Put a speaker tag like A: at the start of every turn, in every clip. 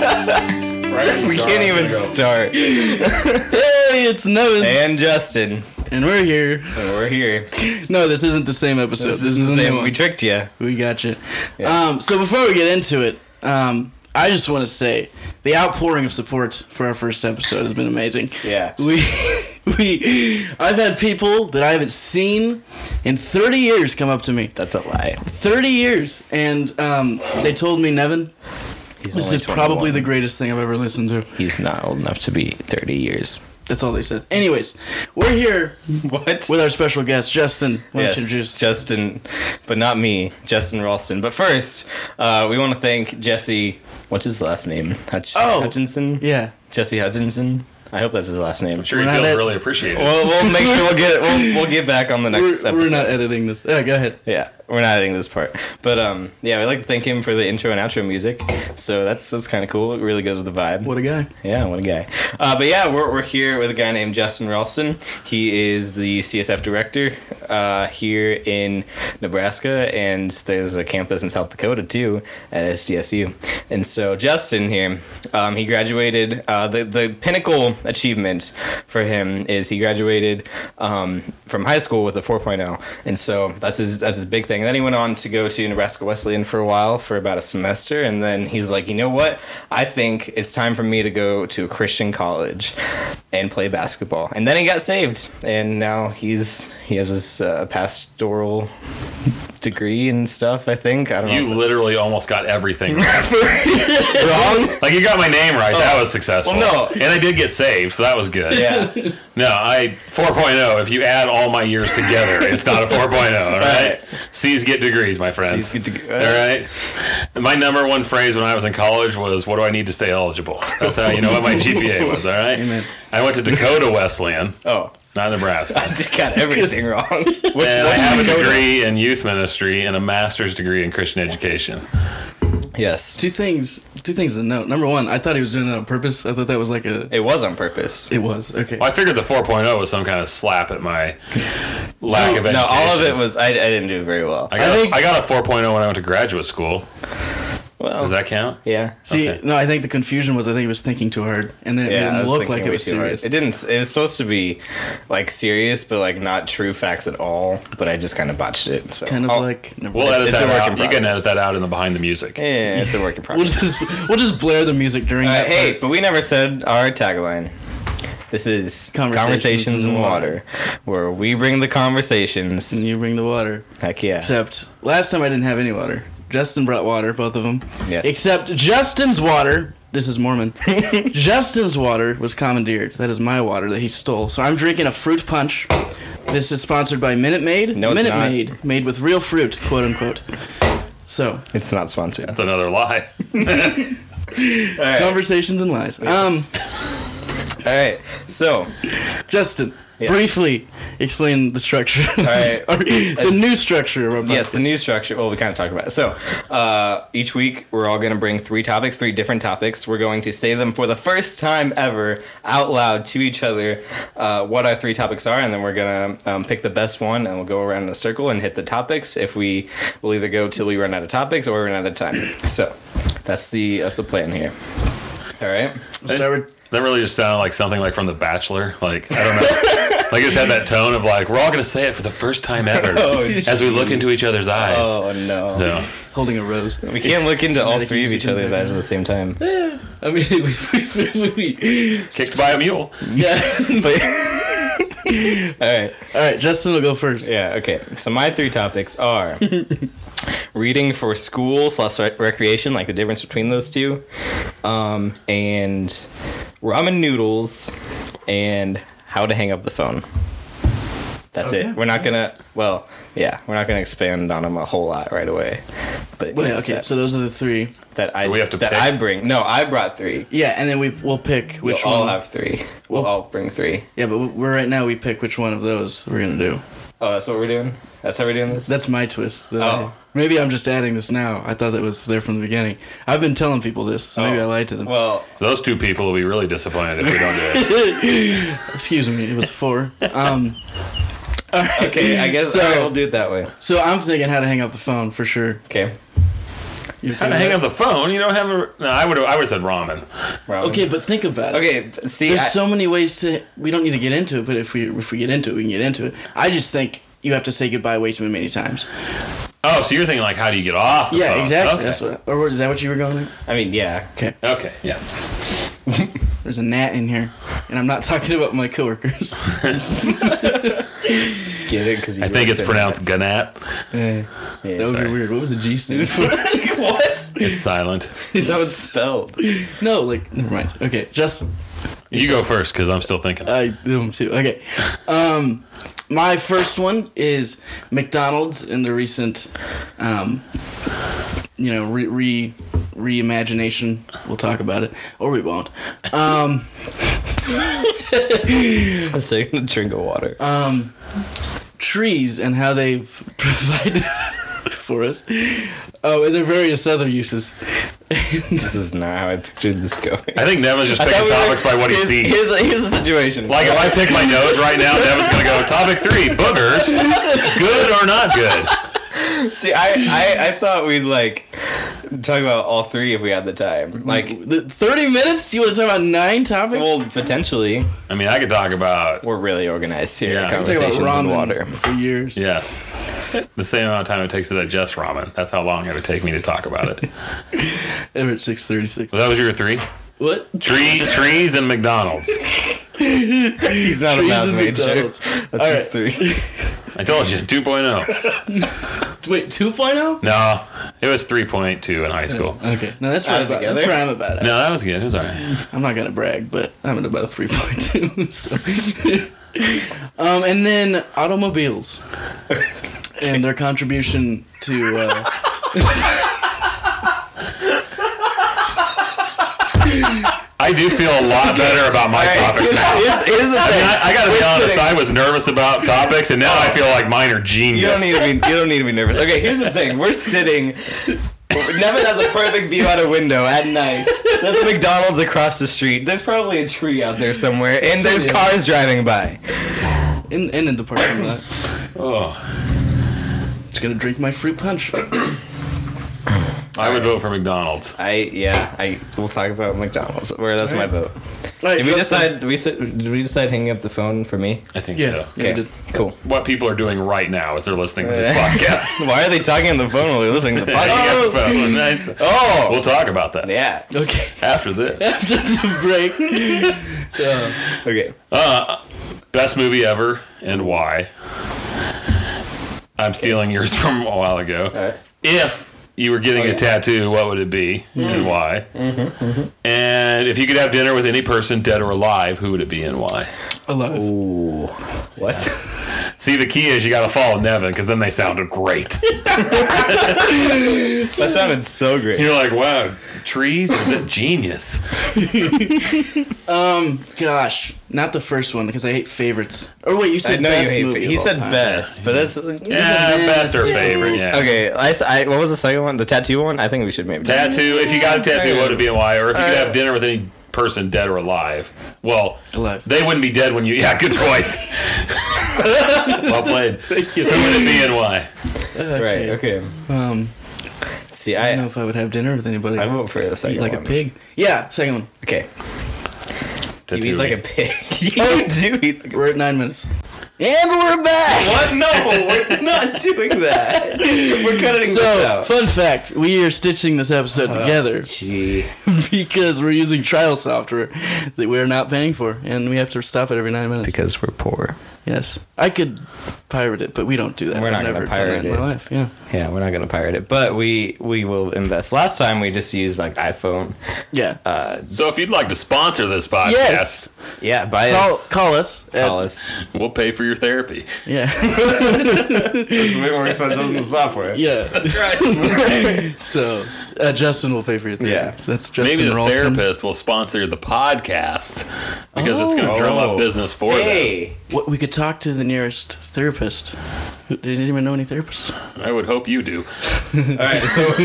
A: Right?
B: We can't even start.
C: Hey, it's Noah,
B: And Justin,
C: and we're here.
B: and we're here.
C: No, this isn't the same episode.
B: This, is the
C: a new
B: same.
C: one.
B: We tricked you.
C: We got you.
B: Yeah.
C: Um, so before we get into it, um, I just want to say the outpouring of support for our first episode has been amazing.
B: Yeah.
C: We, we, I've had people that I haven't seen in 30 years come up to me.
B: That's a lie.
C: 30 years, and um, they told me, Nevin,
B: He's
C: this
B: only
C: is probably
B: 21.
C: the greatest thing I've ever listened to.
B: He's not old enough to be 30 years.
C: That's all they said. Anyways, we're here
B: What?
C: with our special guest, Justin. Why
B: Yes,
C: don't you introduce?
B: Justin, but not me, Justin Ralston. But first, uh, we want to thank Jesse. What's his last name? Hutch-
C: Oh.
B: Hutchinson?
C: yeah.
B: Jesse Hutchinson? I hope that's his last name.
A: Sure, you
C: We're not
A: feel
C: at-
A: really appreciated.
B: We'll, we'll make sure we'll get we'll, we'll get back on the next
C: We're,
B: episode.
C: we're not editing this. Yeah, go ahead.
B: Yeah, we're not adding this part, but um, yeah, we'd like to thank him for the intro and outro music. So that's that's kind of cool. It really goes with the vibe.
C: What a guy.
B: Yeah, what a guy. Uh, but yeah, we're, we're here with a guy named Justin Ralston. He is the CSF director uh, here in Nebraska, and there's a campus in South Dakota too at SDSU. And so Justin here, um, he graduated. Uh, the the pinnacle achievement for him is he graduated um, from high school with a 4.0, and so that's his that's his big thing. And then he went on to go to Nebraska Wesleyan for a while for about a semester, and then he's like, you know what? I think it's time for me to go to a Christian college and play basketball. And then he got saved, and now he's he has his uh, pastoral degree and stuff. I think I don't
A: You
B: know.
A: literally almost got everything right.
B: Wrong?
A: like you got my name right. That was successful.
B: Oh. Well, no.
A: and I did get saved, so that was good.
B: Yeah.
A: No, I 4.0. If you add all my years together, it's not a 4.0. All right.
B: Right.
A: C's get degrees, my friends.
B: C's get deg-
A: all right. My number one phrase when I was in college was, "What do I need to stay eligible?" That's how you know what my GPA was. All right.
C: Amen.
A: I went to Dakota Wesleyan,
B: Oh,
A: not Nebraska.
B: got everything wrong. What's-
A: And I
B: what's
A: have a
B: Dakota?
A: degree in youth ministry and a master's degree in Christian education.
B: Yes,
C: Two things. Two things to note. Number one, I thought he was doing that on purpose. I thought that was like a.
B: it was on purpose.
C: It was okay.
A: Well, I figured the 4.0 was some kind of slap at my lack of education.
B: No, all of it was I, I didn't do very well.
A: I got,
C: I think-
A: I got a 4.0 when I went to graduate school.
B: well,
A: Does that count?
B: yeah.
C: See,
A: okay.
C: no, I think the confusion was I think he was thinking too hard, and then it
B: Yeah, I
C: didn't
B: was
C: look
B: thinking
C: like it
B: way
C: was
B: too hard.
C: serious.
B: It didn't. It was supposed to be like serious, but like not true facts at all. But I just kind of botched it. So Oh.
C: kind of
B: I'll-
C: like. Never
A: We'll
C: mind.
A: edit
B: it's a
A: that
B: work
A: out.
B: in
A: You can
B: progress.
A: edit that out in the behind the music.
B: yeah, it's a work in
C: we'll
B: progress.
C: just we'll just blare the music during
B: Uh,
C: that.
B: hey,
C: part.
B: but we never said our tagline. This is
C: Conversations
B: conversations
C: in Mm.
B: in
C: the
B: water, where we bring the conversations.
C: and you bring the water.
B: Heck yeah!
C: Except last time I didn't have any water. Justin brought water, both of them.
B: Yes.
C: Except Justin's water. This is Mormon. Justin's water was commandeered. That is my water that he stole. So I'm drinking a fruit punch. This is sponsored by Minute Maid.
B: No, it's
C: Minute
B: not.
C: Maid, made with real fruit, quote unquote. So
B: It's not sponsored.
A: That's another lie.
B: All right.
C: conversations and lies.
B: all right. So, all
C: Um, Justin, briefly explain the structure. All
B: right.
C: the new structure. of our podcast.
B: Yes, the new structure. Well, we kind of talked about it. So uh, each week, we're all going to bring three topics, three different topics. We're going to say them for the first time ever out loud to each other uh, what our three topics are, and then we're going to um, pick the best one and we'll go around in a circle and hit the topics. If we will either go till we run out of topics or run out of time. So that's the that's the plan here. All right.
C: So we're-
A: That really just sounded like something like from The Bachelor. Like I don't know. like it just had that tone of like we're all gonna say it for the first time ever
B: Oh,
A: as we look into each other's eyes.
B: Oh no.
A: So
C: holding a rose.
B: We can't look into all three of each other's eyes at the same time.
C: I mean, we, we, we, we,
A: kicked by a mule.
C: yeah.
B: But- all right.
C: All right, Justin will go first.
B: Yeah, okay. So my three topics are reading for school slash rec- recreation, like the difference between those two, um, and ramen noodles, and how to hang up the phone. That's
C: Okay.
B: it. We're not gonna. Well, yeah, we're not gonna expand on them a whole lot right away. But
C: Wait,
B: it's
C: okay,
B: that,
C: so those are the three.
B: that I
A: we have to
B: that
A: pick?
B: I bring. No, I brought three.
C: Yeah, and then we we'll pick which
B: we'll
C: one.
B: all have three. We'll all bring three.
C: yeah, but we're right now we pick which one of those we're gonna do.
B: Oh, that's what we're doing. That's how we're doing this.
C: That's my twist. that I-
B: Oh.
C: maybe I'm just adding this now. I thought that was there from the beginning. I've been telling people this, so maybe
B: Oh.
C: I lied to them.
B: Well,
A: So those two people will be really disappointed if we don't do it.
C: Excuse me, it was four. um,
B: okay. I guess
C: So-
B: all right, we'll do it that way.
C: so I'm thinking how to hang up the phone for sure.
B: Okay.
C: You're
A: How to hang up the phone? You don't have a. No, I would. I would have said ramen.
B: Ramen.
C: Okay, but think about it.
B: Okay. but See, I,
C: There's so many ways to. We don't need to get into it, but if we if we get into it, we can get into it. I just think you have to say goodbye way too many times.
A: Oh, so you're thinking like, how do you get off? The
C: Yeah,
A: phone?
C: exactly.
A: Okay.
C: That's what. Or what, is that what you were going? With?
B: I mean, yeah.
C: Okay.
A: Okay. Yeah.
C: There's a gnat in here, and I'm not talking about my coworkers. Uh,
B: Get it? Because
A: I think it's pronounced ganat.
C: Eh,
B: Yeah,
C: that would
A: Sorry.
C: be weird. What would the G stand for?
B: what?
A: It's silent.
B: That was spelled.
C: no, like never mind. Okay, just
A: You go first because I'm still thinking.
C: I do them too. Okay, um, my first one is McDonald's in the recent, um, you know, re re reimagination. We'll talk about it, or we won't. Um,
B: Let's say a drink of water.
C: um, trees and how they've provided for us. Oh, and their various other uses.
B: this is not how I pictured this going.
A: I think Nevin's just
B: I
A: picking
B: thought we were-
A: topics by what he
B: here's,
A: sees.
B: Here's, the- here's the situation.
A: like if I pick my nose right now, Nevin's gonna go topic three: boogers, good or not good.
B: See, I, I, I thought we'd like talk about all three if we had the time. Like,
C: The Thirty minutes? You want to talk about nine topics?
B: well, potentially
A: I mean, I could talk about
B: we're really organized here.
A: Yeah.
C: We talked
B: Conversations
C: about
B: and
C: ramen
B: water.
C: for years.
A: yes, the same amount of time it takes to digest ramen. That's how long it would take me to talk about it.
C: Ever at six thirty-six.
A: But that was your three:
C: What?
A: tree, trees, and McDonald's.
B: He's not a
C: Trees
B: mouth
C: and
B: major.
C: McDonald's.
B: That's his three.
A: I told you, 2.0.
C: Wait, 2.0?
A: No, it was 3.2 in high school.
C: Okay, no, that's
B: Add it
C: where, I'm about, that's
B: together.
C: where I'm about it.
A: No, that was good. It was all right.
C: I'm not gonna brag, but I'm at about a 3.2. So. um, and then automobiles and their contribution to. Uh,
A: I do feel a lot better about my topics now.
B: Here's, here's the thing.
A: I, I gotta be
B: We're
A: honest,
B: sitting-
A: I was nervous about topics, and now I feel like mine
B: You
A: are
B: don't
A: genius.
B: need to be. You don't need to be nervous. Okay, here's the thing. We're sitting. Nevin has a perfect view out a window at night. There's a McDonald's across the street. There's probably a tree out there somewhere, and there's cars driving by.
C: in, and in the parking lot.
A: oh,
C: Just gonna drink my fruit punch.
A: I would vote for McDonald's.
B: I yeah. I we'll talk about McDonald's. Where that's my vote. Did we decide? Did we sit- did we decide hanging up the phone for me?
A: I think
C: Yeah.
A: so.
C: Yeah, we did.
B: Cool.
A: What people are doing right now as they're listening to this podcast.
B: Why are they talking on the phone while they're listening to the
A: Yes,
B: podcast?
A: so nice.
B: Oh,
A: We'll talk about that
B: yeah.
C: Okay,
A: after this.
C: after the break.
B: Okay.
A: Best movie ever and why. I'm stealing yours from a while ago. if you were getting a tattoo, what would it be
B: Mm-hmm.
A: and why? And if you could have dinner with any person, dead or alive, who would it be and why?
B: Oh.
C: Alive.
B: Ooh. What?
A: See, the key is you got to follow Nevin because then they sounded great.
B: That sounded so great.
A: You're like, wow, trees is a genius.
C: Gosh, not the first one because I hate favorites. Or wait, you
B: I
C: said
B: know you
C: best
B: hate. He
C: movie. of all
B: said
C: time.
B: best, but that's
A: Yeah, best or
C: Yeah.
A: favorite. Yeah.
B: Okay, I, s- I- what was the second one? The tattoo one? I think we should maybe.
A: Tattoo. If you got a tattoo, what would it be and why? Or if you could
B: Uh,
A: have dinner with any person, dead or alive. Well,
C: Alive.
A: they wouldn't be dead when you. Yeah, good choice. well played. Who would it be and why?
B: right, okay.
C: Um,
B: See,
C: I don't know
B: I,
C: if I would have dinner with anybody.
B: I vote for the second
C: Eat like a
B: one.
C: pig. Yeah, second one.
B: Okay.
A: Tattoo
B: You eat like
A: me.
B: a pig.
C: Oh.
B: you do eat like a
C: We're at nine minutes. And we're back!
B: What? No, we're not doing that. We're cutting this
C: So,
B: out.
C: fun fact we are stitching this episode
B: Uh-huh.
C: together
B: Gee.
C: because we're using trial software that we're not paying for, and we have to stop it every nine minutes.
B: Because we're poor.
C: Yes. I could pirate it, but we don't do that.
B: We're
C: I've
B: not gonna
C: never done that
B: pirate
C: in
B: it.
C: my life. Yeah.
B: Yeah, we're not gonna pirate it, but we we will invest. Last time we just used like iPhone.
C: Yeah.
B: Uh,
A: So if you'd like to sponsor this podcast,
C: Yes.
B: yeah, buy
C: call,
B: us.
C: call us. at-
B: Call us.
A: we'll pay for your therapy.
C: Yeah.
B: It's way more expensive than the software.
C: yeah.
A: That's right.
C: So, uh, Justin will pay for your therapy.
B: Yeah.
C: That's Justin
A: Maybe the
C: Ralston.
A: therapist will sponsor the podcast because it's going to drum
B: Oh.
A: up business for
B: Hey.
C: What, we could talk to the nearest therapist. Who- Did anyone know any therapists?
A: them. I would hope you do.
B: All right. So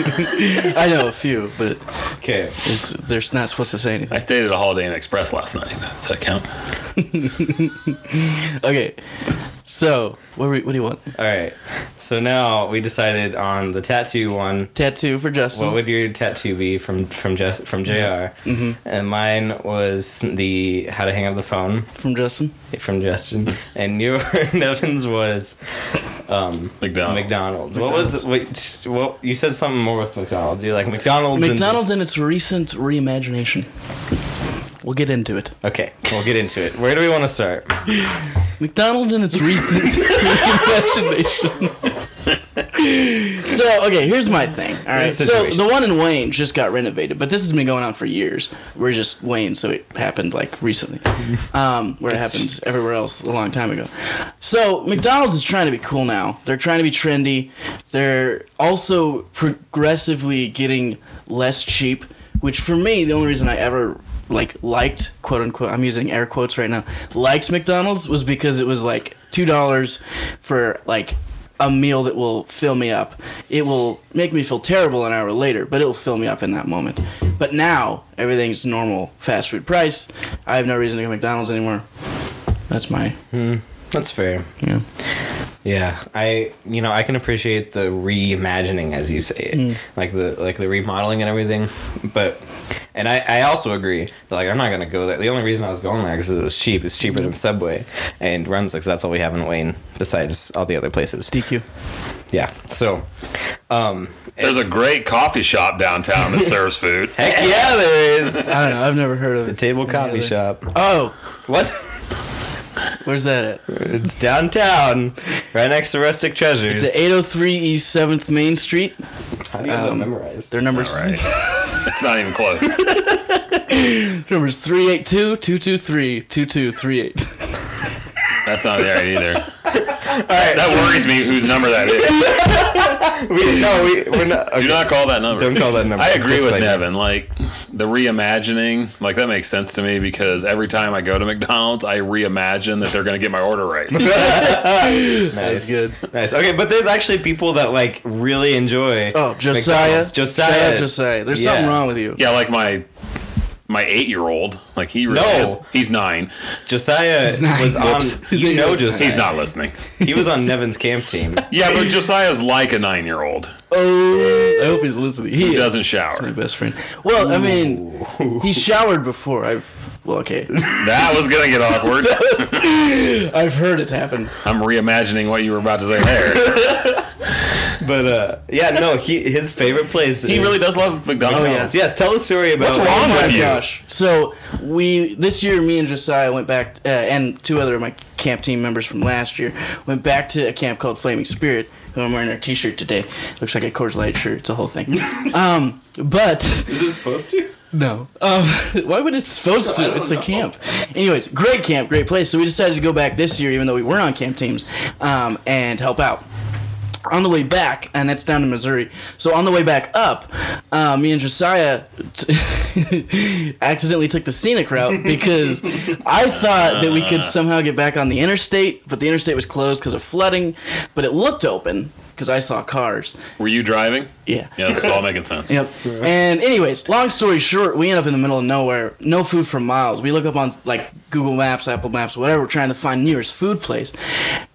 C: I know a few, but
B: okay.
C: it's, they're not supposed to say anything.
A: I stayed at a Holiday Inn Express last night. Does that count?
C: Okay. So, what, were, what do you want?
B: All right. So now we decided on the tattoo one.
C: Tattoo for Justin.
B: What would your tattoo be from from Jess, from junior And mine was the how to hang up the phone
C: from Justin?
B: from Justin. and your Nevin's was um,
A: McDonald's.
B: McDonald's. What was wait? What you said something more with McDonald's? You're like McDonald's. and-
C: McDonald's and its recent reimagination. We'll get into it.
B: okay, we'll get into it. Where do we want to start?
C: McDonald's and its recent reimagination. so okay, here's my thing. All right,
B: This is
C: so
B: situation.
C: the one in Wayne just got renovated, but this has been going on for years. We're just Wayne, so it happened like recently, um, where it happened everywhere else a long time ago. So McDonald's is trying to be cool now. They're trying to be trendy. They're also progressively getting less cheap, which for me, the only reason I ever like liked quote unquote I'm using air quotes right now liked McDonald's was because it was like two dollars for like a meal that will fill me up. It will make me feel terrible an hour later, but it will fill me up in that moment. But now everything's normal fast food price. I have no reason to go to McDonald's anymore. That's my
B: That's fair.
C: yeah.
B: Yeah, I you know I can appreciate the reimagining as you say it,
C: Mm.
B: like the like the remodeling and everything, but and I I also agree that like I'm not gonna go there. The only reason I was going there because it was cheap. It's cheaper than Subway and runs like that's all we have in Wayne besides all the other places.
C: DQ.
B: Yeah, so um
A: There's a great coffee shop downtown that serves food.
B: heck yeah, there is
C: I don't know. I've never heard of
B: the table coffee
C: other-
B: shop.
C: Oh,
B: What?
C: where's that at?
B: It's downtown, right next to Rustic Treasures.
C: It's at 803 East 7th Main Street.
B: How do you
C: Um,
B: have that memorized?
C: Their number's
A: All right. it's not even close.
C: number's 382 223 2238.
A: That's not right either.
B: All right,
A: That worries me whose number that is.
B: we, no, we, we're not.
A: Do not call that number.
B: Don't call that number.
A: I agree with
B: Disclaimer.
A: Nevin. Like the reimagining, like that makes sense to me because every time I go to McDonald's, I reimagine that they're going to get my order right.
B: Nice.
C: good.
B: Nice. Okay, but there's actually people that like really enjoy.
C: Oh, Josiah.
B: McDonald's. Josiah.
C: Shout out Josiah. There's
B: Yeah.
C: something wrong with you.
A: yeah, like my my eight year old, like he really
B: No.
A: he's nine.
B: Josiah
C: not-
B: was on.
C: Whoops.
B: You
C: He's
B: know
C: not-
B: Josiah.
A: He's not listening.
B: He was on Nevin's camp team.
A: Yeah, but Josiah's like a nine year old.
C: Oh, I hope he's listening. He, is.
A: He doesn't
C: my
A: shower.
C: best friend. Well, I mean, he showered before. I've well, okay,
A: That was gonna get awkward.
C: I've heard it happen.
A: I'm reimagining what you were about to say there.
B: But uh, yeah, no, he his favorite place.
A: He
B: is
A: really does love McDonald's.
C: Oh, yeah.
B: Yes, tell the story about.
A: What's wrong?
C: Oh my
A: with you.
C: gosh! So we this year, me and Josiah went back, uh, and two other of my camp team members from last year went back to a camp called Flaming Spirit. Who I'm wearing our T-shirt today. Looks like a Coors Light shirt. It's a whole thing. um, but.
B: Is this supposed to?
C: No. Um, why would it supposed to? It's a camp. Anyways, great camp, great place. So we decided to go back this year, even though we weren't on camp teams, um, and help out. On the way back, and that's down to Missouri. So on the way back up, uh, me and Josiah t- accidentally took the scenic route because I thought that we could somehow get back on the interstate, but the interstate was closed because of flooding. But it looked open because I saw cars.
A: Were you driving?
C: Yeah.
A: Yeah, this is all making sense.
C: Yep. And anyways, long story short, we end up in the middle of nowhere, no food for miles. We look up on like Google Maps, Apple Maps, whatever, we're trying to find nearest food place,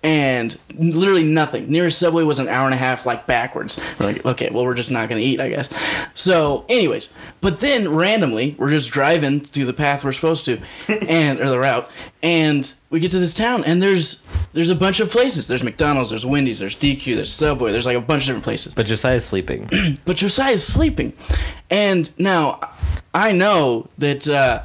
C: and literally nothing. Nearest Subway was an hour and a half like backwards. We're like, okay, well we're just not gonna eat, I guess. So, anyways, but then randomly we're just driving through the path we're supposed to, and or the route, and we get to this town and there's there's a bunch of places. There's McDonald's, there's Wendy's, there's DQ, there's Subway, there's like a bunch of different places
B: But Josiah's sleeping.
C: but Josiah's sleeping. And now I know that uh,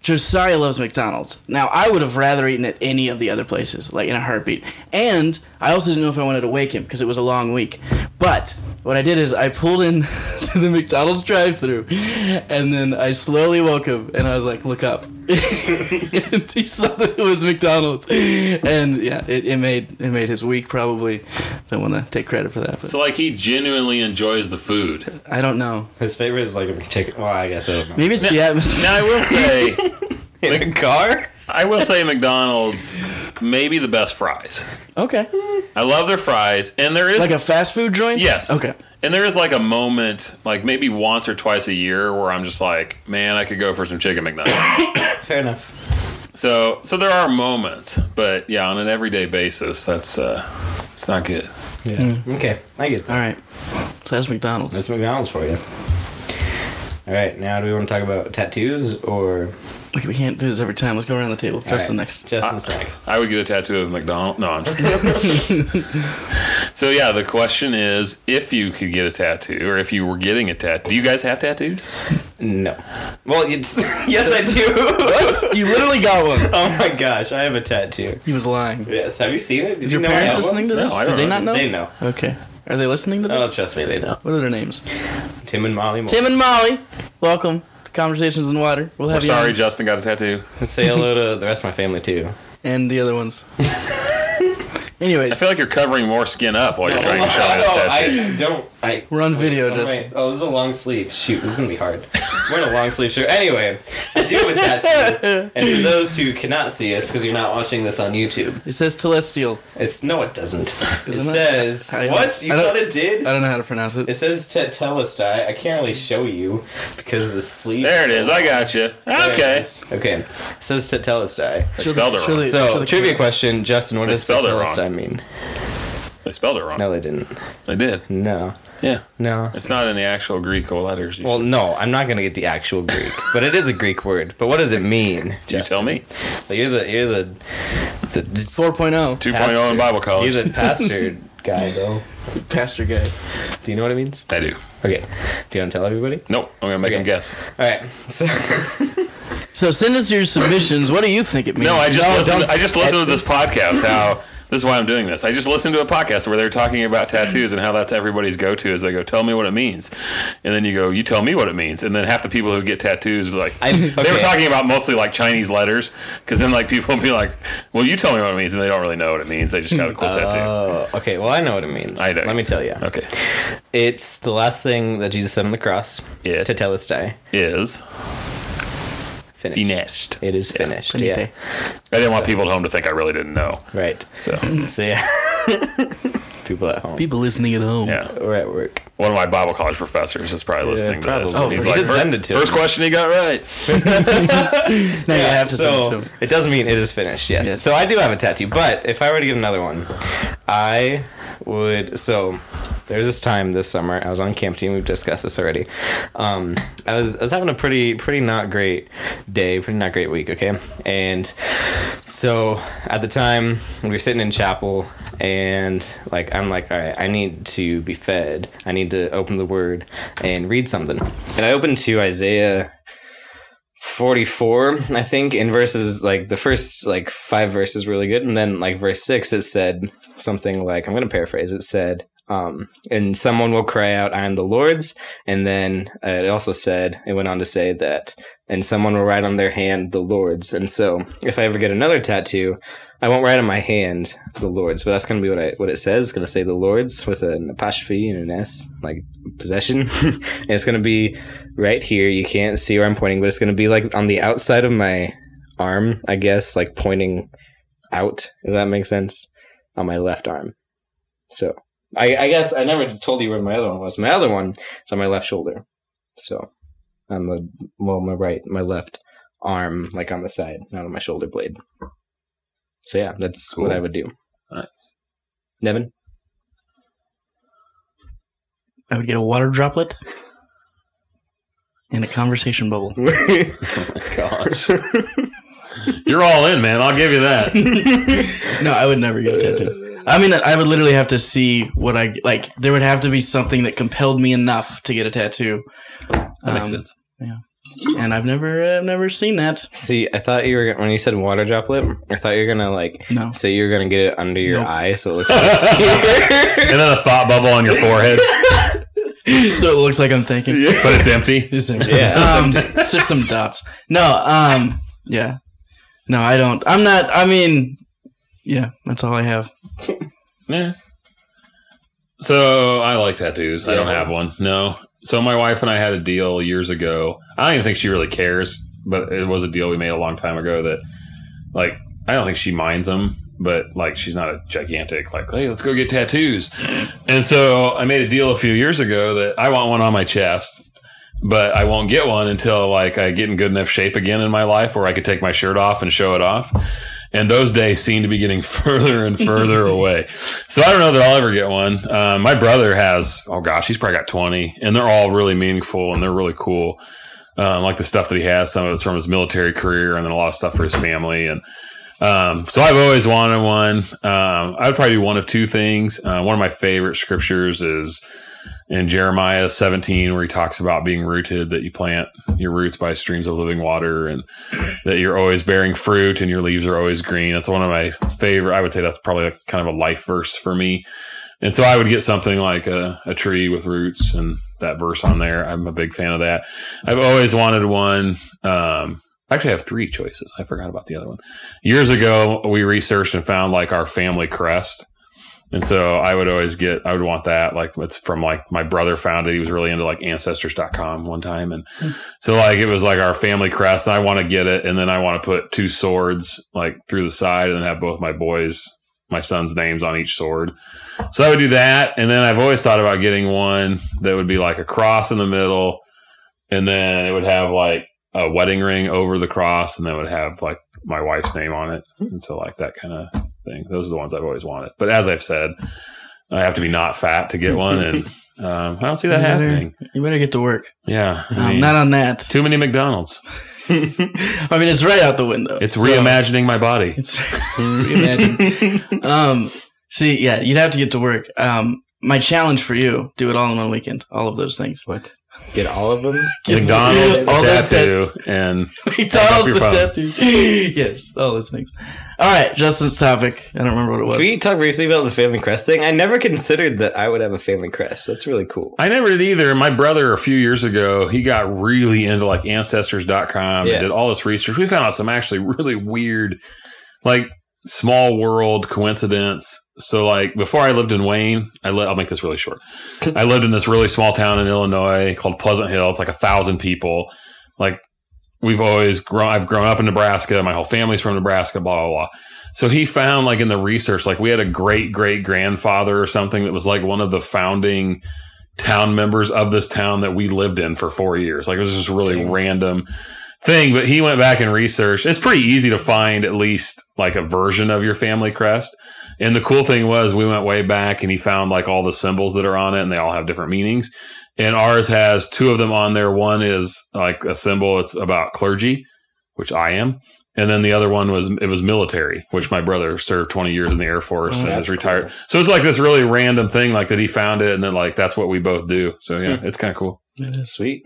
C: Josiah loves McDonald's. Now I would have rather eaten at any of the other places, like in a heartbeat. And I also didn't know if I wanted to wake him because it was a long week. But what I did is I pulled in to the McDonald's drive-through, and then I slowly woke him, and I was like, "Look up." and he saw that it was McDonald's, and yeah, it, it made it made his week. Probably don't want to take credit for that, but
A: So like he genuinely enjoys the fould.
C: I don't know.
B: His favorite is like a chicken. Well, I guess I don't know.
C: Maybe it's the atmosphere.
A: Now I will say
B: in a car.
A: I will say McDonald's maybe the best fries.
C: Okay.
A: I love their fries, and there is
C: Like a fast food joint?
A: yes,
C: Okay.
A: and there is like a moment, like maybe once or twice a year, where I'm just like, man, I could go for some chicken McDonald's.
B: Fair enough.
A: So so there are moments, but yeah, on an everyday basis, that's uh, it's not good.
B: Yeah. Okay, I get that.
C: All right. So that's McDonald's.
B: That's McDonald's for you. All right, now do we want to talk about tattoos or
C: Look, we can't do this every time. Let's go around the table. Press the
B: All right,
C: next.
B: Justin's next.
A: I would get a tattoo of McDonald. No, I'm just kidding. so yeah, the question is, if you could get a tattoo, or if you were getting a tattoo, do you guys have tattoos?
B: No. Well, it's yes, I do.
C: You literally got one.
B: oh my gosh, I have a tattoo.
C: He was lying.
B: Yes, have you seen it? Did
C: Is
B: you
C: your
B: know I
C: parents
B: have
C: listening to
A: No,
C: this?
A: I
C: Did
A: don't
C: they
A: know.
C: not know?
B: They know.
C: Okay. Are they listening to
B: Oh,
C: this?
B: trust me, they know.
C: what are their names?
B: Tim and Molly. Moore.
C: Tim and Molly. Welcome to Conversations in Water. We'll
A: We're
C: have you
A: sorry,
C: on.
A: Justin got a tattoo.
B: Say hello to the rest of my family too.
C: and the other ones. anyway,
A: I feel like you're covering more skin up while you're trying to show this tattoo.
B: Oh, I don't. I
C: we're on video,
B: Oh,
C: Justin.
B: wait. Oh, this is a long sleeve. Shoot, this is gonna be hard. We're in a long sleeve shirt. Anyway, I do have a tattoo. And for those who cannot see us because you're not watching this on YouTube,
C: It says Telestial.
B: it's no, it doesn't. It
C: Isn't it?
B: says
C: I don't-
B: what you
C: I don't-
B: thought it did.
C: I don't know how to pronounce it.
B: It says Tetelestai. I can't really show you because the sleeve.
A: There it is. I got you. Okay.
B: Okay. It says Tetelestai.
A: They spelled it
C: Show
A: wrong.
B: So
C: the
B: trivia
C: camera.
B: question, Justin. What does
A: spelled it wrong.
B: Tetelestai mean?
A: They spelled it wrong.
B: No, they didn't.
A: They did.
B: No.
A: Yeah.
B: No.
A: It's not in the actual Greek letters. You
B: Well, no, I'm not gonna get the actual Greek, but it is a Greek word. But what does it mean?
A: should- you tell me.
B: You're the you're the it's a it's
C: 4.0.
A: 2.0 in Bible
B: He's
A: college.
B: a pastor guy, though.
C: Pastor guy.
B: Do you know what it means?
A: I do.
B: Okay. Do you want to tell everybody?
A: Nope. I'm going to make
B: Okay.
A: him guess.
B: All right. So
C: So send us your submissions. What do you think it means?
A: No, I just listened.
B: don't
A: I just listened to this podcast. How this is why I'm doing this. I just listened to a podcast where they're talking about tattoos and how that's everybody's go-to. Is they go, "Tell me what it means," and then you go, "You tell me what it means," and then half the people who get tattoos are like,
B: I-
A: they were
B: okay.
A: talking about mostly like Chinese letters because then like people will be like, "Well, you tell me what it means," and they don't really know what it means. They just got a cool tattoo.
B: Oh, okay. Well, I know what it means.
A: I do.
B: Let me tell you.
A: Okay,
B: It's the last thing that Jesus said on the cross.
A: It.
B: To tell us die.
A: is
B: Finished.
A: finished.
B: It is finished.
C: Finite.
B: Yeah.
A: I didn't want people at home to think I really didn't know.
B: Right.
A: So
B: So yeah. People at home.
C: People listening at home.
A: yeah.
B: Or at work.
A: one of my Bible college professors is probably listening to this.
B: probably.
A: and he's
B: Oh,
A: like,
B: he did
A: "Fir-
B: send it to
A: first
B: him."
A: question he got right.
C: Now you have to
B: so
C: send it to him.
B: it doesn't mean it is finished. Yes.
C: Yes.
B: So I do have a tattoo, but if I were to get another one, I would. So there's this time this summer I was on camp team. We've discussed this already. Um, I was I was having a pretty pretty not great day, pretty not great week. Okay, and so at the time we were sitting in chapel, and like I'm like, all right, I need to be fed. I need to open the Word and read something. And I opened to Isaiah 44 i think in verses like the first like five verses were really good and then like verse six it said something like i'm gonna paraphrase it said um and someone will cry out i am the lord's and then uh, it also said it went on to say that and someone will write on their hand the lord's and so if i ever get another tattoo i won't write on my hand the lord's but that's gonna be what i what it says it's gonna say the lord's with an apostrophe and an s like possession and it's gonna be right here. You can't see where I'm pointing, but it's going to be like on the outside of my arm, I guess, like pointing out, if that makes sense, on my left arm. So I, I guess I never told you where my other one was. My other one is on my left shoulder. So on the, well, my right, my left arm, like on the side, not on my shoulder blade. So yeah, that's what I would do.
A: Nice.
B: Nevin?
C: I would get a water droplet and a conversation bubble.
A: Gosh. You're all in, man. I'll give you that.
C: No, I would never get a tattoo. I mean, I would literally have to see what I like. There would have to be something that compelled me enough to get a tattoo.
A: That makes
C: Um,
A: sense.
C: And I've never, I've never seen that.
B: See, I thought you were gonna- when you said water droplet. I thought you were gonna like
C: No.
B: say you were gonna get it under your
C: Nope.
B: eye, so it looks like tear.
A: And then a thought bubble on your forehead,
C: So it looks like I'm thinking.
A: but it's empty.
C: It's
B: Yeah.
C: um, it's just some dots. No, um, yeah, no, I don't. I'm not. I mean, yeah, that's all I have.
A: Yeah. So I like tattoos. I don't have one. No. So my wife and I had a deal years ago. I don't even think she really cares, but it was a deal we made a long time ago that, like, I don't think she minds them, but like, she's not a gigantic like, hey, let's go get tattoos. And so I made a deal a few years ago that I want one on my chest. but I won't get one until like I get in good enough shape again in my life where I could take my shirt off and show it off. And those days seem to be getting further and further away. So I don't know that I'll ever get one. Um, my brother has, oh gosh, he's probably got 20 and they're all really meaningful and they're really cool. Um, like the stuff that he has, some of it's from his military career and then a lot of stuff for his family. And um, so I've always wanted one. Um, I would probably do one of two things. Uh, one of my favorite scriptures is in Jeremiah 17, where he talks about being rooted, that you plant your roots by streams of living water and that you're always bearing fruit and your leaves are always green. That's one of my favorite. I would say that's probably a, kind of a life verse for me. And so I would get something like a, a tree with roots and that verse on there. I'm a big fan of that. I've always wanted one. Um, actually I have three choices. I forgot about the other one. Years ago, we researched and found like our family crest. And so I would always get, I would want that. Like it's from like my brother found it. He was really into like ancestors.com one time. And so like it was like our family crest and I want to get it. And then I want to put two swords like through the side and then have both my boys, my son's names on each sword. So I would do that. And then I've always thought about getting one that would be like a cross in the middle. And then it would have like a wedding ring over the cross and then would have like my wife's name on it.
C: Hmm.
A: And so like that kind of thing. Those are the ones I've always wanted. But as I've said, I have to be not fat to get one, and um, I don't see that
C: You better-
A: happening.
C: You better get to work.
A: Yeah, I
C: Um,
A: mean,
C: not on that.
A: too many McDonald's.
C: I mean, it's right out the window.
A: It's
C: So-
A: reimagining my body.
C: It's reimagined. um, see, yeah, you'd have to get to work. Um, my challenge for you: do it all in one weekend. All of those things. What?
D: Get all of them.
A: McDonald's, a
C: all those
A: tattoo, and
C: McDonald's
A: your
C: the
A: phone.
C: tattoo. yes, all those things. All right, Justin's topic. I don't remember what it was.
D: Can we talk briefly about the family crest thing? I never considered that I would have a family crest. That's really cool.
A: I never did either. My brother a few years ago, he got really into like ancestors.com
D: Yeah.
A: and did all this research. We found out some actually really weird, like small world coincidence. So like before I lived in Wayne, I li- I'll make this really short. I lived in this really small town in Illinois called Pleasant Hill. It's like a thousand people. Like we've always grown. I've grown up in Nebraska. My whole family's from Nebraska. Blah blah blah. So he found like in the research, like we had a great great grandfather or something that was like one of the founding town members of this town that we lived in for four years. Like it was just really random thing. But he went back and researched. It's pretty easy to find at least like a version of your family crest. And the cool thing was we went way back and he found like all the symbols that are on it and they all have different meanings. And ours has two of them on there. One is like a symbol. It's about clergy, which I am. And then the other one was it was military, which my brother served 20 years in the Air Force
C: Oh,
A: and
D: that's
A: is retired. So it's like this really random thing, like that he found it, and then like that's what we both do. So yeah,
C: Hmm.
A: it's kind of cool.
D: Sweet.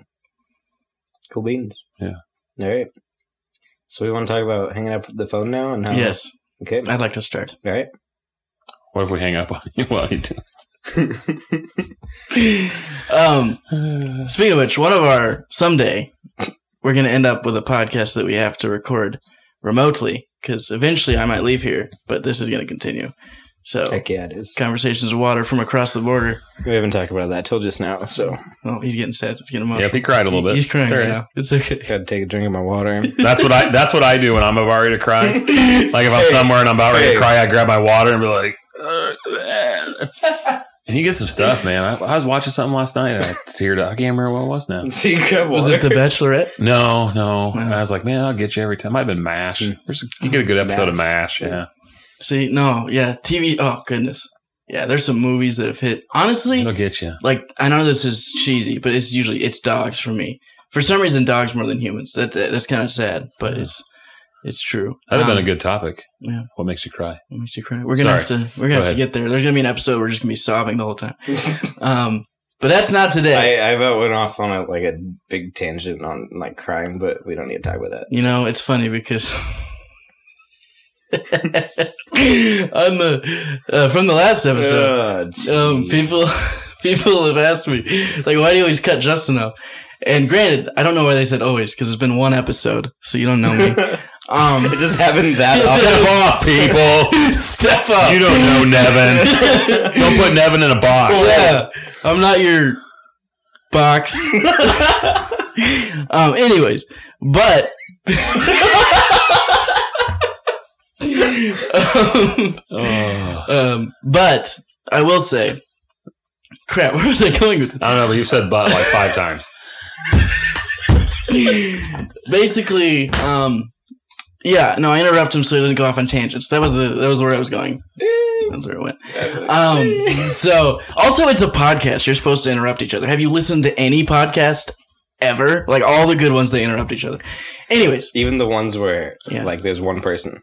D: Cool beans.
A: Yeah.
D: All right. So we want to talk about hanging up the phone now and how.
C: yes,
D: Okay.
C: I'd like to start.
D: All right.
A: What if we hang up on you while you do?
C: Um, speaking of which, one of our someday we're going to end up with a podcast that we have to record remotely because eventually I might leave here, but this is going to continue. So
D: Heck yeah, it is.
C: conversations of water from across the border.
D: We haven't talked about that till just now, so
C: Oh, he's getting sad. It's getting emotional.
A: Yep, he cried a little bit.
C: He's crying
A: It's all right.
C: now. It's okay.
D: gotta take a drink of my water.
A: That's what I. That's what I do when I'm about ready to cry. Like if I'm somewhere and I'm about ready
D: Hey.
A: to cry, I grab my water and be like. "Ugh." And you get some stuff, man. I, I was watching something last night and I teared up. I can't remember what it was now.
D: so you grab
C: Was it The Bachelorette?
A: No, no. And I was like, man, I'll get you every time. I've been MASH. There's, you get a good episode of MASH. Yeah.
C: See, no, yeah, TV. Oh goodness, yeah. There's some movies that have hit. Honestly,
A: It'll get you.
C: like I know this is cheesy, but it's usually it's dogs for me. For some reason, dogs more than humans. That, that- that's kind of sad, but it's it's true.
A: That'd have been
C: Um,
A: a good topic.
C: yeah.
A: What makes you cry?
C: What makes you cry? We're gonna have to. We're gonna
A: Go
C: have to get there. There's gonna be an episode. We're just gonna be sobbing the whole time. um, but that's not today.
D: I, I about went off on a, like a big tangent on like crime, but we don't need to talk about that.
C: you know, it's funny because on the uh, from the last episode,
D: Oh,
C: um,
D: gee.
C: people people have asked me like, why do you always cut Justin off? And granted, I don't know why they said always because it's been one episode, so you don't know me. Um,
D: it just happened that
C: Step
D: often.
A: off, people.
C: step up.
A: You don't know Nevin. don't put Nevin in a box.
C: yeah, I'm not your box. um, anyways, but. um,
A: Oh.
C: um, but I will say, crap. Where was I going with? This?
A: I don't know, but you've said butt like five times.
C: Basically, um, yeah, no, I interrupt him so he doesn't go off on tangents. That was the that was where I was going.
D: Eh.
C: That's where it went. Um, so also it's a podcast. You're supposed to interrupt each other. Have you listened to any podcast ever? Like all the good ones, they interrupt each other. Anyways,
D: Even the ones where
C: Yeah.
D: like there's one person.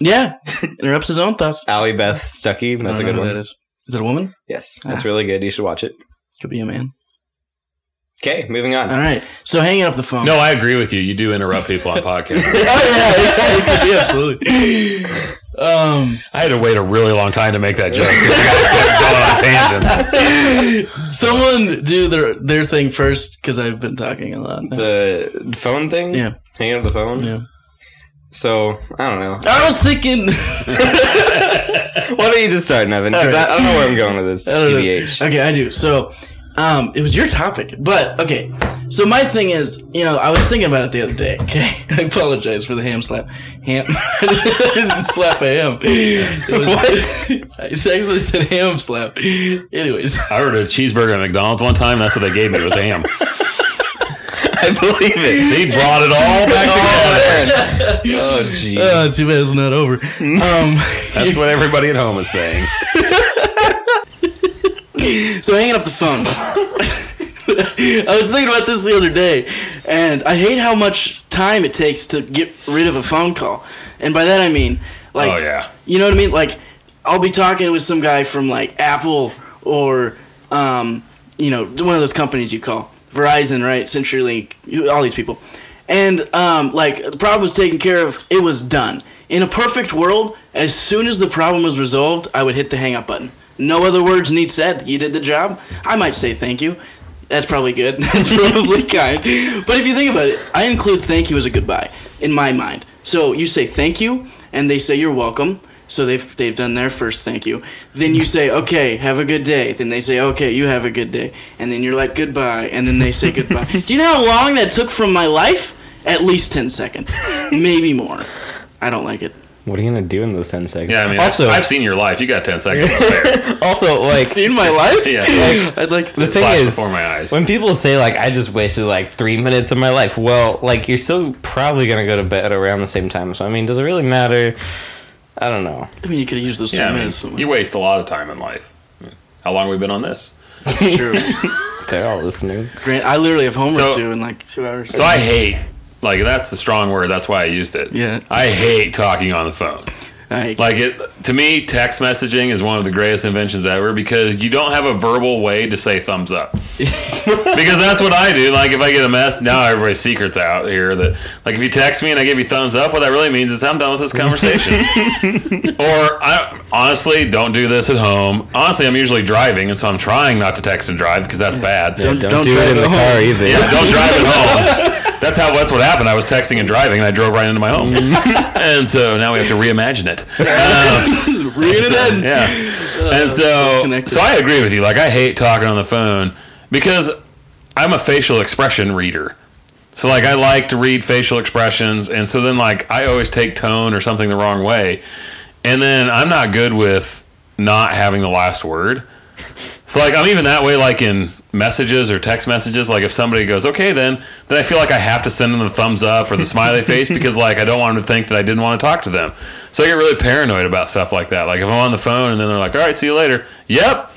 C: yeah, interrupts his own thoughts.
D: Allie Beth Stuckey, that's a
C: I don't
D: good
C: know who
D: one.
C: That is. is Ah. it a woman?
D: Yes, that's really good. You should watch it.
C: Could be a man.
D: Okay, moving on.
C: All right. So hanging up the phone.
A: No, I agree with you. You do interrupt people on podcasts.
C: oh, yeah, yeah, it could be, absolutely. Um,
A: I had to wait a really long time to make that joke. 'cause you guys kept going on tangents.
C: someone do their their thing first because I've been talking a lot.
D: The phone thing?
C: Yeah.
D: Hanging up the phone?
C: Yeah.
D: So, I don't know.
C: I was thinking.
D: Why don't you just start, Nevin? Because
C: All right.
D: I, I don't know where I'm going with this.
C: I don't know.
D: TBH.
C: Okay, I do. So, um, it was your topic, but okay. So my thing is, you know, I was thinking about it the other day. Okay, I apologize for the ham slap. Ham. I didn't slap a ham. It was, I actually said ham slap. Anyways,
A: I ordered a cheeseburger at McDonald's one time. And that's what they gave me. It was ham.
D: I believe it.
A: He brought it all
D: Oh, man.
A: back together.
D: Oh, gee.
C: uh, too bad it's not over. Um,
A: That's what everybody at home is saying.
C: So hanging up the phone. I was thinking about this the other day, and I hate how much time it takes to get rid of a phone call. And by that I mean, like,
A: Oh, yeah.
C: you know what I mean? Like, I'll be talking with some guy from like Apple or, um, you know, one of those companies you call Verizon, right? CenturyLink, you- all these people, and um, like the problem was taken care of. It was done. In a perfect world, as soon as the problem was resolved, I would hit the hang up button. No other words need said. You did the job. I might say thank you. That's probably good. That's probably kind. But if you think about it, I include thank you as a goodbye in my mind. So you say thank you, and they say you're welcome. So they've they've done their first thank you. Then you say okay, have a good day. Then they say okay, you have a good day. And then you're like goodbye, and then they say goodbye. Do you know how long that took from my life? At least ten seconds, maybe more. I don't like it.
D: What are you going to do in those 10 seconds?
A: Yeah, I mean,
D: also,
A: I've seen your life. You got 10 seconds to spare.
D: also, like,
C: See in my life?
A: Yeah.
C: I'd like
D: the
C: to.
D: thing
A: flash
D: is,
A: before my eyes.
D: when people say like I just wasted like three minutes of my life, well, like you're still probably gonna go to bed around the same time. So I mean, does it really matter? I don't know.
C: I mean, you could have used those two
A: Yeah, I mean,
C: minutes.
A: you waste a lot of time in life. How long have we been on this?
C: True.
D: They're all listening.
C: Grant, I literally have homework
A: So-
C: due in like two hours.
A: So I hate, like, that's the strong word. That's why I used it.
C: Yeah.
A: I hate talking on the phone.
C: I-
A: Like, it to me, text messaging is one of the greatest inventions ever because you don't have a verbal way to say thumbs up. because that's what I do. Like, if I get a mess, now everybody's secrets out here. That, like, if you text me and I give you thumbs up, what that really means is I'm done with this conversation. or I honestly don't do this at home. Honestly, I'm usually driving, and so I'm trying not to text and drive because that's bad.
C: don't,
D: Don't,
C: don't
D: do
C: drive
D: it in the
C: home.
D: car either.
A: Yeah, don't drive at home. That's how. That's what happened. I was texting and driving, and I drove right into my home. and so now we have to reimagine it.
C: Read it in. Uh,
A: Yeah. And so,
C: connected.
A: so I agree with you. Like, I hate talking on the phone because I'm a facial expression reader. So, like, I like to read facial expressions, and so then, like, I always take tone or something the wrong way, and then I'm not good with not having the last word. So, like, I'm even that way, like in messages or text messages. Like, if somebody goes, "Okay," then then I feel like I have to send them the thumbs up or the smiley face because, like, I don't want them to think that I didn't want to talk to them. So I get really paranoid about stuff like that. Like, if I'm on the phone and then they're like, "All right, see you later," yep.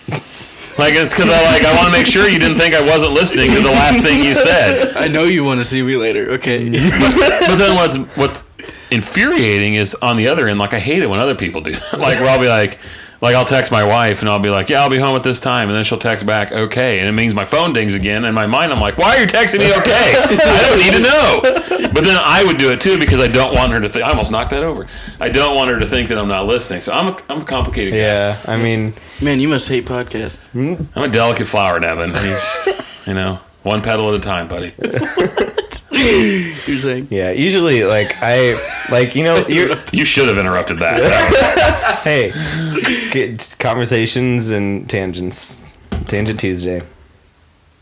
A: Like it's because I like I want to make sure you didn't think I wasn't listening to the last thing you said.
C: I know you want to see me later. Okay.
A: But then what's what's infuriating is on the other end. Like I hate it when other people do. that. like where I'll be like, like I'll text my wife and I'll be like, yeah, I'll be home at this time, and then she'll text back, okay, and it means my phone dings again. And in my mind, I'm like, why are you texting me okay? I don't need to know. But then I would do it too because I don't want her to think. I almost knocked that over. I don't want her to think that I'm not listening. So I'm a, I'm a complicated. guy.
D: Yeah, I mean,
C: Man, you must hate podcasts.
A: I'm a delicate flower, Nevin. He's, you know, one petal at a time, buddy.
C: You're saying?
D: yeah. Usually, like I, like you know, you're
A: You should have interrupted that. That was-
D: hey, get conversations and tangents. Tangent Tuesday.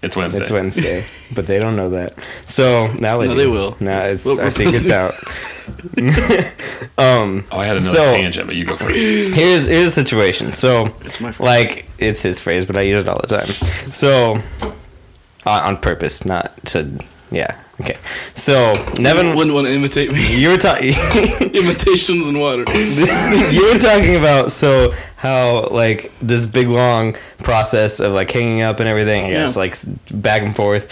A: it's Wednesday.
D: It's Wednesday, but they don't know that. So now they
C: No,
D: do.
C: they will.
D: Now it's
C: We'll-
D: our secrets out.
A: Oh, I had another
D: So-
A: tangent, but you go first.
D: here's here's the situation. So
C: It's my fault.
D: like it's his phrase, but I use it all the time. So
B: uh, on purpose, not to. Yeah. Okay. So Nevin,
C: Wouldn't want to imitate me.
B: you were talking.
C: Imitations in water.
B: you were talking about so how like this big long process of like hanging up and everything. I guess
C: Yeah.
B: like s- back and forth.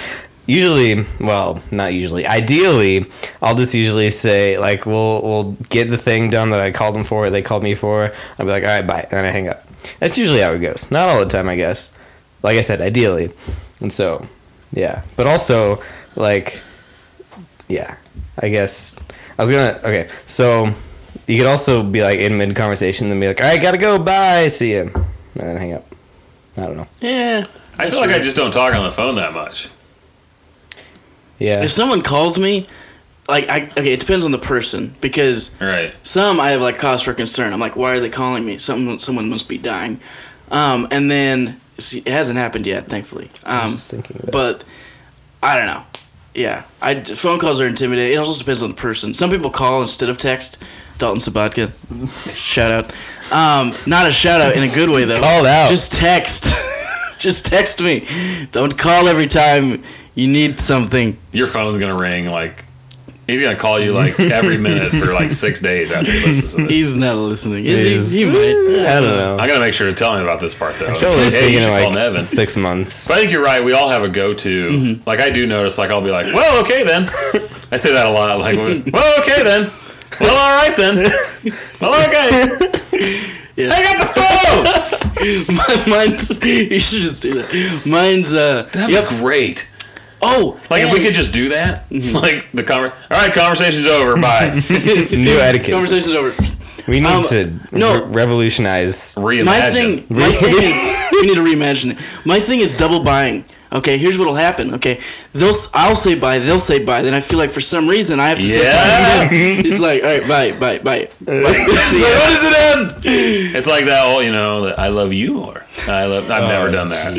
B: Usually, well, not usually. Ideally, I'll just usually say like we'll we'll get the thing done that I called them for. They called me for. I'll be like, all right, bye, and then I hang up. That's usually how it goes. Not all the time, I guess. Like I said, ideally, and so yeah. But also like yeah i guess i was gonna okay so you could also be like in mid conversation and be like all right gotta go bye see you and then hang up i don't know
C: Yeah.
A: I feel like I just don't talk on the phone that much.
B: yeah
C: If someone calls me, like, I okay, it depends on the person because
A: Right.
C: some I have like cause for concern. I'm like, why are they calling me? Someone, someone must be dying. Um, and then see, it hasn't happened yet, thankfully.
B: i was
C: Um,
B: just thinking about
C: but I don't know. Yeah, I phone calls are intimidating. It also depends on the person. Some people call instead of text. Dalton Sabatka, shout out. Um, not a shout out in a good way though.
B: Called out.
C: Just text. Just text me. Don't call every time you need something.
A: Your phone's gonna ring like he's gonna call you like every minute for like six days after he listens to this.
C: He's not listening.
B: He's-
C: Is he? He might.
B: i don't know
A: I gotta make sure to tell him about this part though.
B: Probably
A: hey, you
B: thinking
A: should
B: of,
A: call
B: like
A: Nevin.
B: six months
A: But I think you're right. We all have a go-to. Like I do notice. Like I'll be like, "Well, okay then." I say that a lot. Like, "Well, okay then." Well, all right then. Well, okay.
C: Yeah.
A: I got the phone.
C: Mine's. You should just do that. Mine's. Uh.
A: That'd
C: yep.
A: be great.
C: Oh.
A: Like if we
C: and
A: could just do that. Like the conver. All right, conversation's over. Bye.
B: new etiquette
C: Conversation's over.
B: we need
C: Um,
B: to
C: no.
B: re- revolutionize
A: Reimagine.
C: My thing, my thing is, we need to reimagine it. My thing is double buying. Okay, here's what'll happen. Okay, they'll s- I'll say buy, they'll say buy. Then I feel like for some reason I have to
A: Yeah.
C: say
A: Uh,
C: buy. It's like all right, buy, buy, buy. buy. so what is it end?
A: It's like that old, you know, that I love you more. I love. I've never done that.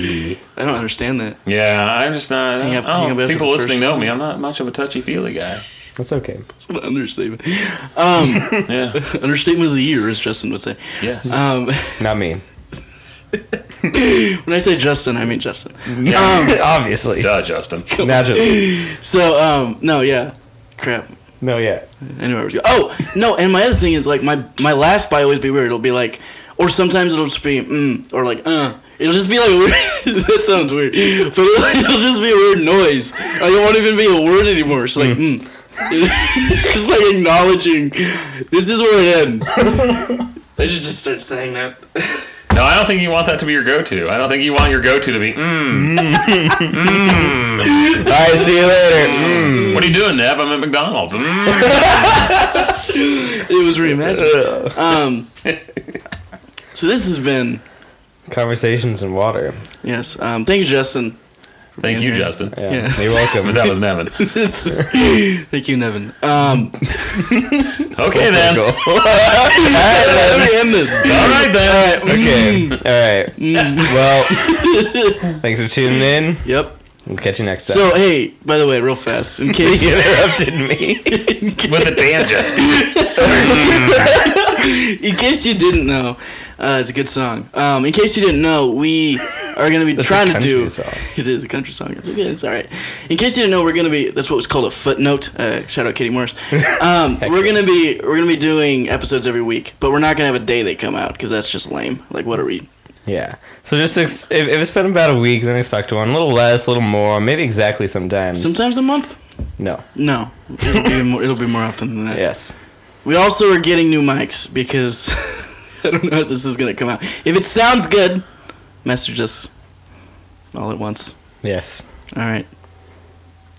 C: I don't understand that.
A: Yeah, I'm just not.
C: Hang up-
A: oh,
C: hang up after
A: people
C: the first
A: listening know me. I'm not much of a touchy feely guy.
B: that's okay
C: It's an understatement. Um,
A: Yeah. Uh,
C: understatement of the year, as Justin would say.
A: Yes.
C: Um,
B: not me
C: when I say Justin, I mean Justin.
A: yeah.
B: obviously
A: Duh, Justin.
B: naturally
C: So um, no, yeah, crap.
B: no yeah
C: anywhere I was going. Oh no! And my other thing is like my my last buy always be weird. It'll be like, or sometimes it'll just be mm, or like uh. It'll just be like weird. that sounds weird, but it'll, it'll just be a weird noise. Like it won't even be a word anymore. It's like mm. just like acknowledging this is where it ends. I should just start saying that.
A: No, I don't think you want that to be your go-to. I don't think you want your go-to to be. Mm,
B: all right see you later Mm.
A: what are you doing, Nev? I'm at McDonald's. Mm.
C: It was reimagined. Um, so this has been
B: conversations and water
C: yes. Um, thank you, Justin.
A: Thank you, Justin.
B: yeah,
C: Yeah.
B: you're
A: But
B: welcome
A: that was Nevin.
C: Thank you, Nevin. Um,
A: Okay then. All
C: let me end this.
A: right then.
B: Okay. All right. Well, thanks for tuning in.
C: Yep.
B: We'll catch you next time.
C: So hey, by the way, real fast, in case
B: you interrupted me.
A: With a tangent.
C: in case you didn't know, uh, it's a good song. Um, in case you didn't know, we are gonna be trying
B: a
C: to do.
B: country song.
C: It is a country song. It's good. It's all right. In case you didn't know, we're gonna be. That's what was called a footnote. Uh, shout out Katie Morris. Um, we're gonna be we're gonna be doing episodes every week, but we're not gonna have a day they come out because that's just lame. Like what are we?
B: Yeah. So just ex- if, if it's been about a week, then expect one. A little less, a little more, maybe exactly sometimes.
C: Sometimes a month.
B: no.
C: No, it'll be more, it'll be more often than that.
B: Yes.
C: We also are getting new mics because I don't know if this is going to come out. If it sounds good, message us all at once.
B: Yes.
C: All right.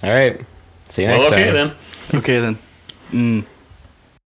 B: All right. See you next
A: Well,
B: time.
A: okay then.
C: Okay then. Mm.